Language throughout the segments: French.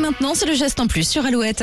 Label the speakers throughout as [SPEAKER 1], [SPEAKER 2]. [SPEAKER 1] maintenance, le geste en plus sur Alouette.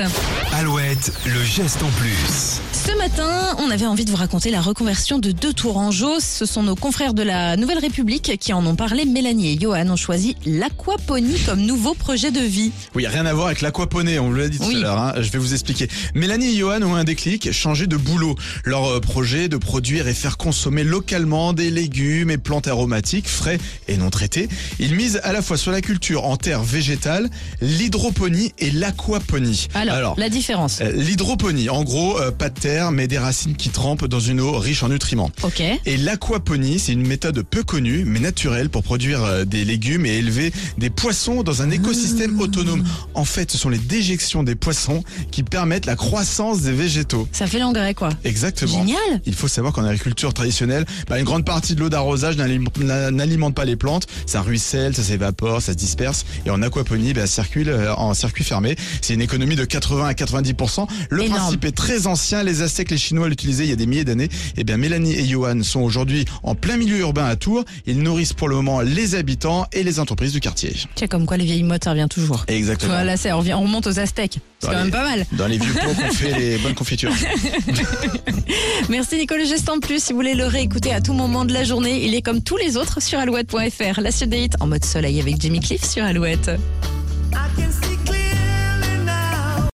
[SPEAKER 2] Alouette, le geste en plus.
[SPEAKER 1] Ce matin, on avait envie de vous raconter la reconversion de deux tourangeaux. Ce sont nos confrères de la Nouvelle République qui en ont parlé. Mélanie et Johan ont choisi l'aquaponie comme nouveau projet de vie.
[SPEAKER 2] Oui, rien à voir avec l'aquaponie, on l'a dit tout
[SPEAKER 1] Oui.
[SPEAKER 2] à l'heure, hein. je vais vous expliquer. Mélanie et Johan ont un déclic, changer de boulot. Leur euh, projet de produire et faire consommer localement des légumes et plantes aromatiques frais et non traités. Ils misent à la fois sur la culture en terre végétale, l'hydroponie et l'aquaponie.
[SPEAKER 1] Alors, la différence.
[SPEAKER 2] euh, l'hydroponie, en gros, euh, pas de terre, mais des racines qui trempent dans une eau riche en nutriments.
[SPEAKER 1] Ok.
[SPEAKER 2] Et l'aquaponie, c'est une méthode peu connue, mais naturelle pour produire euh, des légumes et élever des poissons dans un écosystème autonome. En fait, ce sont les déjections des poissons qui permettent la croissance des végétaux.
[SPEAKER 1] Ça fait l'engrais, quoi.
[SPEAKER 2] Exactement.
[SPEAKER 1] Génial.
[SPEAKER 2] Il faut savoir qu'en agriculture traditionnelle, bah, une grande partie de l'eau d'arrosage n'alim- n'a- n'alimente pas les plantes. Ça ruisselle, ça s'évapore, ça se disperse. Et en aquaponie, bah, circule euh, en circuit fermé. C'est une économie de 80 à 90%. Le
[SPEAKER 1] Énorme.
[SPEAKER 2] principe est très ancien. Les Aztèques, les Chinois l'utilisaient il y a des milliers d'années. Et bien, Mélanie et Johan sont aujourd'hui en plein milieu urbain à Tours. Ils nourrissent pour le moment les habitants et les entreprises du quartier.
[SPEAKER 1] Tiens, comme quoi les vieilles mottes, ça revient toujours.
[SPEAKER 2] Exactement.
[SPEAKER 1] Voilà, ça, on, revient- on remonte aux Aztèques. C'est
[SPEAKER 2] Allez.
[SPEAKER 1] quand même pas mal.
[SPEAKER 2] Dans les vieux pots qu'on fait les bonnes confitures.
[SPEAKER 1] Merci Nicolas Geste en plus. Si vous voulez le réécouter à tout moment de la journée, il est comme tous les autres sur alouette.fr. La suite des hits en mode soleil avec Jimmy Cliff sur Alouette.
[SPEAKER 3] I can see